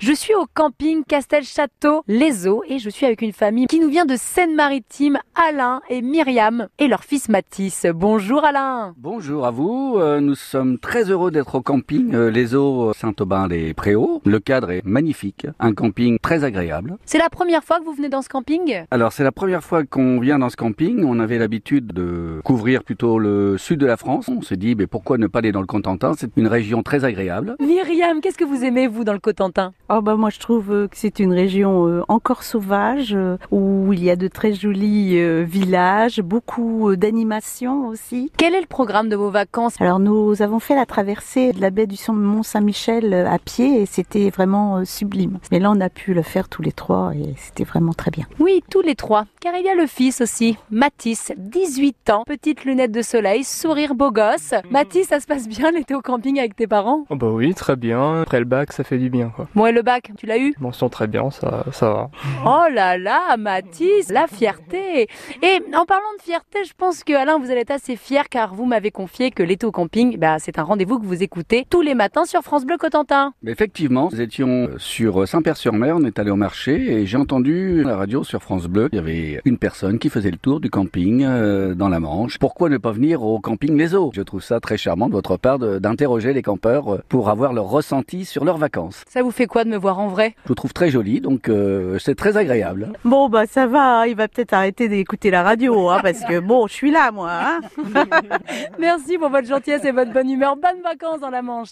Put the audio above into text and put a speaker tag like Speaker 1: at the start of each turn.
Speaker 1: Je suis au camping Castel-Château, les Eaux, et je suis avec une famille qui nous vient de Seine-Maritime, Alain et Myriam, et leur fils Mathis. Bonjour Alain
Speaker 2: Bonjour à vous, euh, nous sommes très heureux d'être au camping euh, Les Eaux Saint-Aubin-les-Préaux. Le cadre est magnifique, un camping très agréable.
Speaker 1: C'est la première fois que vous venez dans ce camping
Speaker 2: Alors c'est la première fois qu'on vient dans ce camping, on avait l'habitude de couvrir plutôt le sud de la France. On s'est dit, mais pourquoi ne pas aller dans le Contentin C'est une région très agréable.
Speaker 1: Myriam, qu'est-ce que vous aimez, vous, dans le Cotentin
Speaker 3: Oh bah moi je trouve euh, que c'est une région euh, encore sauvage euh, où il y a de très jolis euh, villages, beaucoup euh, d'animation aussi.
Speaker 1: Quel est le programme de vos vacances
Speaker 3: Alors nous avons fait la traversée de la baie du Mont-Saint-Michel euh, à pied et c'était vraiment euh, sublime. Mais là on a pu le faire tous les trois et c'était vraiment très bien.
Speaker 1: Oui, tous les trois, car il y a le fils aussi, Mathis, 18 ans, petites lunettes de soleil, sourire beau gosse. Mathis, ça se passe bien l'été au camping avec tes parents
Speaker 4: Oh bah oui, très bien. Après le bac, ça fait du bien quoi.
Speaker 1: Bon, et le bac, tu l'as eu
Speaker 4: Mention très bien, ça, ça va.
Speaker 1: Oh là là, Mathis, la fierté. Et en parlant de fierté, je pense que Alain, vous allez être assez fier car vous m'avez confié que l'été au camping, bah, c'est un rendez-vous que vous écoutez tous les matins sur France Bleu Cotentin.
Speaker 2: Mais Effectivement, nous étions euh, sur Saint-Père-sur-Mer, on est allé au marché et j'ai entendu à la radio sur France Bleu, il y avait une personne qui faisait le tour du camping euh, dans la Manche. Pourquoi ne pas venir au camping Les Eaux Je trouve ça très charmant de votre part de- d'interroger les campeurs euh, pour avoir leur ressenti sur leurs vacances.
Speaker 1: Ça vous fait quoi de me voir en vrai
Speaker 2: Je vous trouve très joli, donc euh, c'est très agréable.
Speaker 3: Bon bah ça va, hein, il va peut-être arrêter d'écouter la radio hein, parce que bon je suis là moi. hein.
Speaker 1: Merci pour votre gentillesse et votre bonne humeur. Bonnes vacances dans la Manche.